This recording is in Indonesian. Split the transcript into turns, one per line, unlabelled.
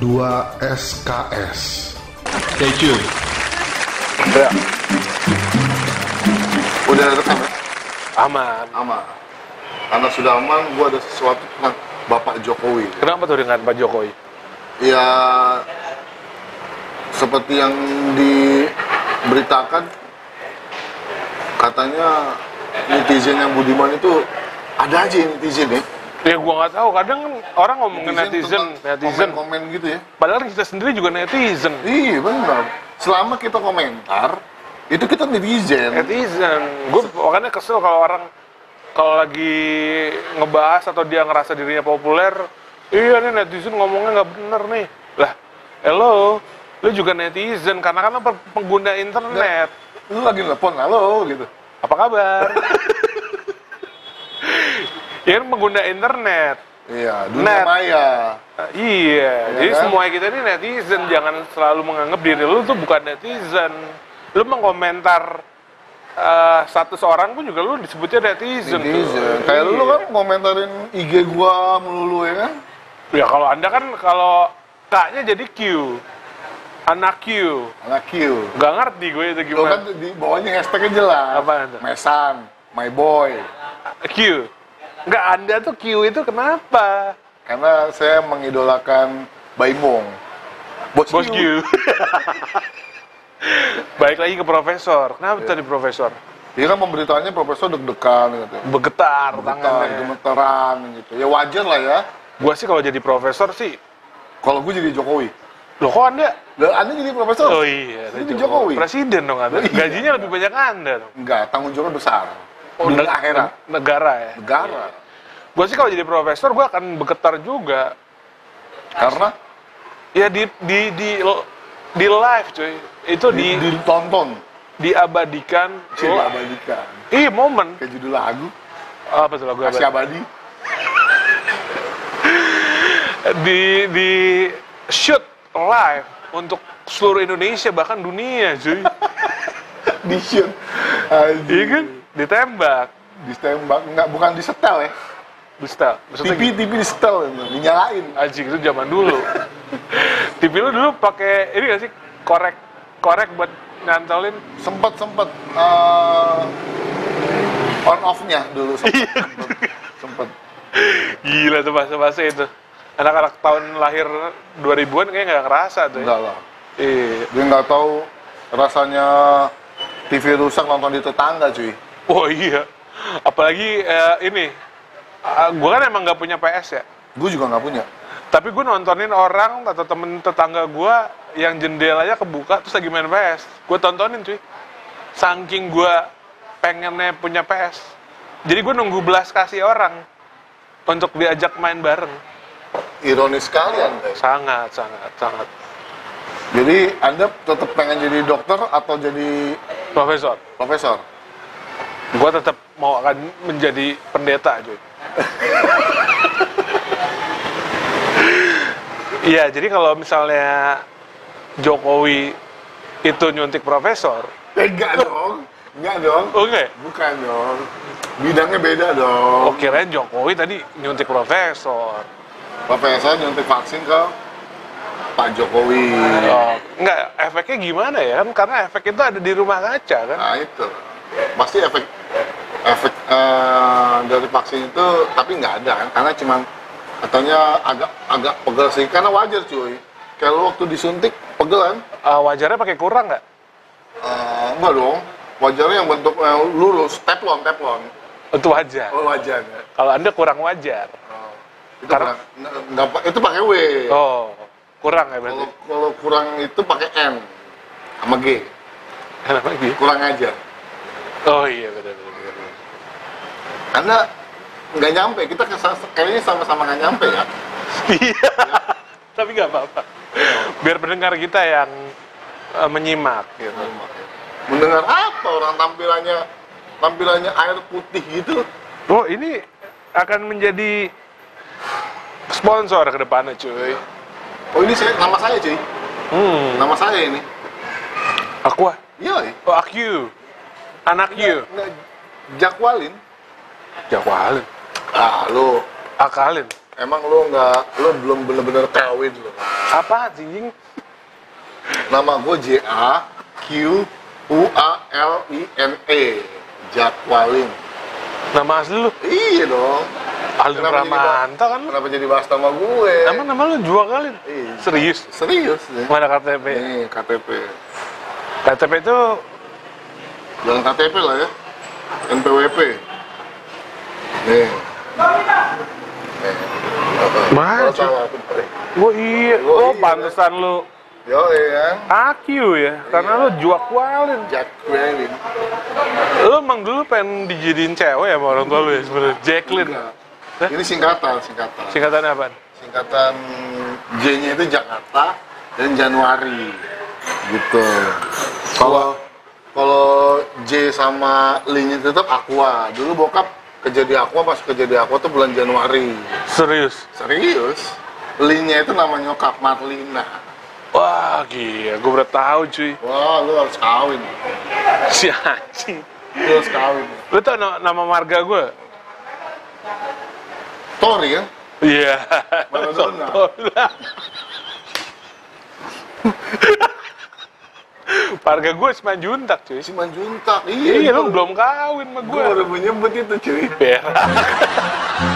2 SKS.
Stay tune.
Ya.
Udah rekam ya?
Aman.
Aman. Karena sudah aman, gua ada sesuatu tentang Bapak Jokowi.
Kenapa tuh dengan Pak Jokowi?
Ya, seperti yang diberitakan, katanya netizen yang budiman itu ada aja yang netizen ya.
Ya gua nggak tahu. Kadang kan orang ngomongin netizen,
tentang
netizen.
Komen-komen gitu ya.
Padahal kita sendiri juga netizen.
Iya benar. Selama kita komentar, itu kita netizen.
Netizen. Gue makanya kesel kalau orang kalau lagi ngebahas atau dia ngerasa dirinya populer, iya nih netizen ngomongnya nggak bener nih. Lah, hello, lu juga netizen karena kan lu per- pengguna internet.
Lu lagi nelfon halo gitu.
Apa kabar? ya kan pengguna internet.
Iya, dunia
Net.
maya.
Nah, iya, jadi
kan?
semua kita ini netizen, jangan selalu menganggap diri lu tuh bukan netizen. Lu mengkomentar eh, status orang pun juga lu disebutnya netizen. tuh.
Netizen. Kayak
Iya.
lu kan komentarin IG gua melulu ya kan?
Ya kalau anda kan kalau kaknya jadi Q, anak Q,
Anak Q.
nggak ngerti gue itu
Lu kan
gimana.
di bawahnya hashtagnya jelas.
Iya. Apaan tuh?
Mesan, my boy.
Q, nggak anda tuh Q itu kenapa?
Karena saya mengidolakan Baimong. Bos,
Bos Q. Baik lagi ke profesor. Kenapa
Iya.
tadi profesor?
Dia kan pemberitaannya profesor deg-degan gitu.
Begetar,
Gemetar,
tangannya.
gemeteran gitu. Ya wajar lah ya.
Gue sih kalau jadi profesor sih
Kalau gue jadi Jokowi.
Loh kok anda?
Dan Anda jadi profesor?
Oh iya,
Ini Jokowi.
Presiden dong anda. Gajinya lebih banyak anda dong.
Enggak, tanggung jawabnya besar. Oh,
Neg-
akhirat.
Negara ya.
Negara.
Gue sih kalau jadi profesor, gue akan bergetar juga.
Karena
Ya di di di di live cuy. Itu
di,
di, Oh.
ditonton.
diabadikan.
Coba abadikan.
Ih momen.
Kayak judul lagu,
Apa tuh lagu
Kasih
abadi?
abadi.
Di di shoot live untuk seluruh Indonesia bahkan dunia cuy.
Di shoot.
Iya kan? Ditembak.
Ditembak. Enggak, bukan disetel ya.
Busta. Maksudnya
TV, TV disetel. gitu. Dinyalain.
Anjing itu zaman dulu. TV lu dulu pakai ini gak sih korek korek buat nyantolin.
Sempet, sempet. eh, on off-nya dulu. Sempet. sempet.
Gila tuh masa-masa itu. Anak-anak tahun lahir 2000-an kayaknya nggak ngerasa tuh. Ya.
Enggak lah.
Iya.
Dia nggak tahu rasanya TV rusak nonton di tetangga cuy.
Oh iya. Apalagi eh, ini. Ah, gua kan emang nggak punya PS ya.
Gue juga nggak punya.
Tapi gue nontonin orang atau temen tetangga gua yang jendelanya kebuka terus lagi main PS. Gue tontonin cuy. Saking gua pengennya punya PS. Jadi gue nunggu belas kasih orang untuk diajak main bareng.
Ironis sekali anda.
Sangat, sangat, sangat.
Jadi anda tetap pengen jadi dokter atau jadi
Profesor,
profesor?
gue tetap mau akan menjadi pendeta cuy. Iya, jadi kalau misalnya Jokowi itu nyuntik profesor,
Eh, enggak dong, enggak dong,
oke.
bukan dong. Bidangnya beda dong.
Oh, kirain Jokowi tadi nyuntik profesor.
Profesor nyuntik vaksin ke Pak Jokowi.
Oh, enggak, efeknya gimana ya? Kan Karena efek itu ada di rumah kaca kan.
Nah itu pasti efek efek eh, dari vaksin itu tapi nggak ada kan karena cuman katanya agak agak pegel sih karena wajar cuy kalau waktu disuntik pegel kan
Eh, wajarnya pakai kurang nggak?
Eh, enggak dong wajarnya yang bentuk eh, lurus teflon teflon
Itu wajar.
oh wajarnya
Kalau Anda kurang wajar.
itu
Karena-
kurang- nggak- nggak pa- itu pakai W
Oh, kurang ya berarti.
kalau kalau kurang itu pakai N sama G
Kenapa lagi?
kurang aja
Oh iya benar benar. benar, benar.
karena nggak nyampe kita kesa- kayaknya sama-sama nggak nyampe ya
Iya. Tapi nggak apa-apa. Biar pendengar kita yang eh, menyimak.
gitu. Mendengar apa orang tampilannya tampilannya air putih gitu?
Oh, ini akan menjadi sponsor ke depannya, cuy.
Oh ini saya nama saya cuy,
Hmm,
nama saya ini.
aku ah.
Iya,
Oh, aku. Anak you.
nggak jakwalin.
Jakwalin.
Ah lu
Akalin.
emang lu nggak lu belum bener-bener kawin lu
Apa anjing?
nama gue J A Q U A L I N E Jakwaling
Nama asli lu?
iya dong
Aldo
Kenapa jadi
Pramanta
bah-
kan lu?
kenapa jadi bahas nama gue
Nama nama lu jual kali?
Iya.
Serius?
serius nih
Mana KTP?
Nih, KTP
KTP itu
jangan KTP lah ya NPWP nih Nih.
Mana,
Kalau salah aku balik.
gua iya,
Gua
oh
iya.
pantesan lu
Yo, iya.
AQ ya, karena lu jual kualin.
Jacqueline.
Lu emang dulu pengen dijadiin cewek ya sama orang tua lu ya sebenarnya. Jacqueline.
Enggak.
Hah?
Ini singkatan, singkatan.
Singkatannya apa?
Singkatan J-nya itu Jakarta dan Januari. Gitu. Kalau kalau J sama L-nya tetap Aqua. Dulu bokap kerja di Aqua, masuk kerja di Aqua tuh bulan Januari.
Serius?
Serius? L-nya itu nama nyokap Marlina.
Wah gila, gue baru tahu cuy
Wah, lu harus kawin.
Si anjing
Lu harus kawin.
Lu tau na- nama marga gue?
Tori kan?
Iya
Maradona.
Marga gue Ismail Juntak cuy
Si Manjuntak.
Iya
itu
lu belum kawin sama
Gue
gue
baru menyebut itu cuy.
Berak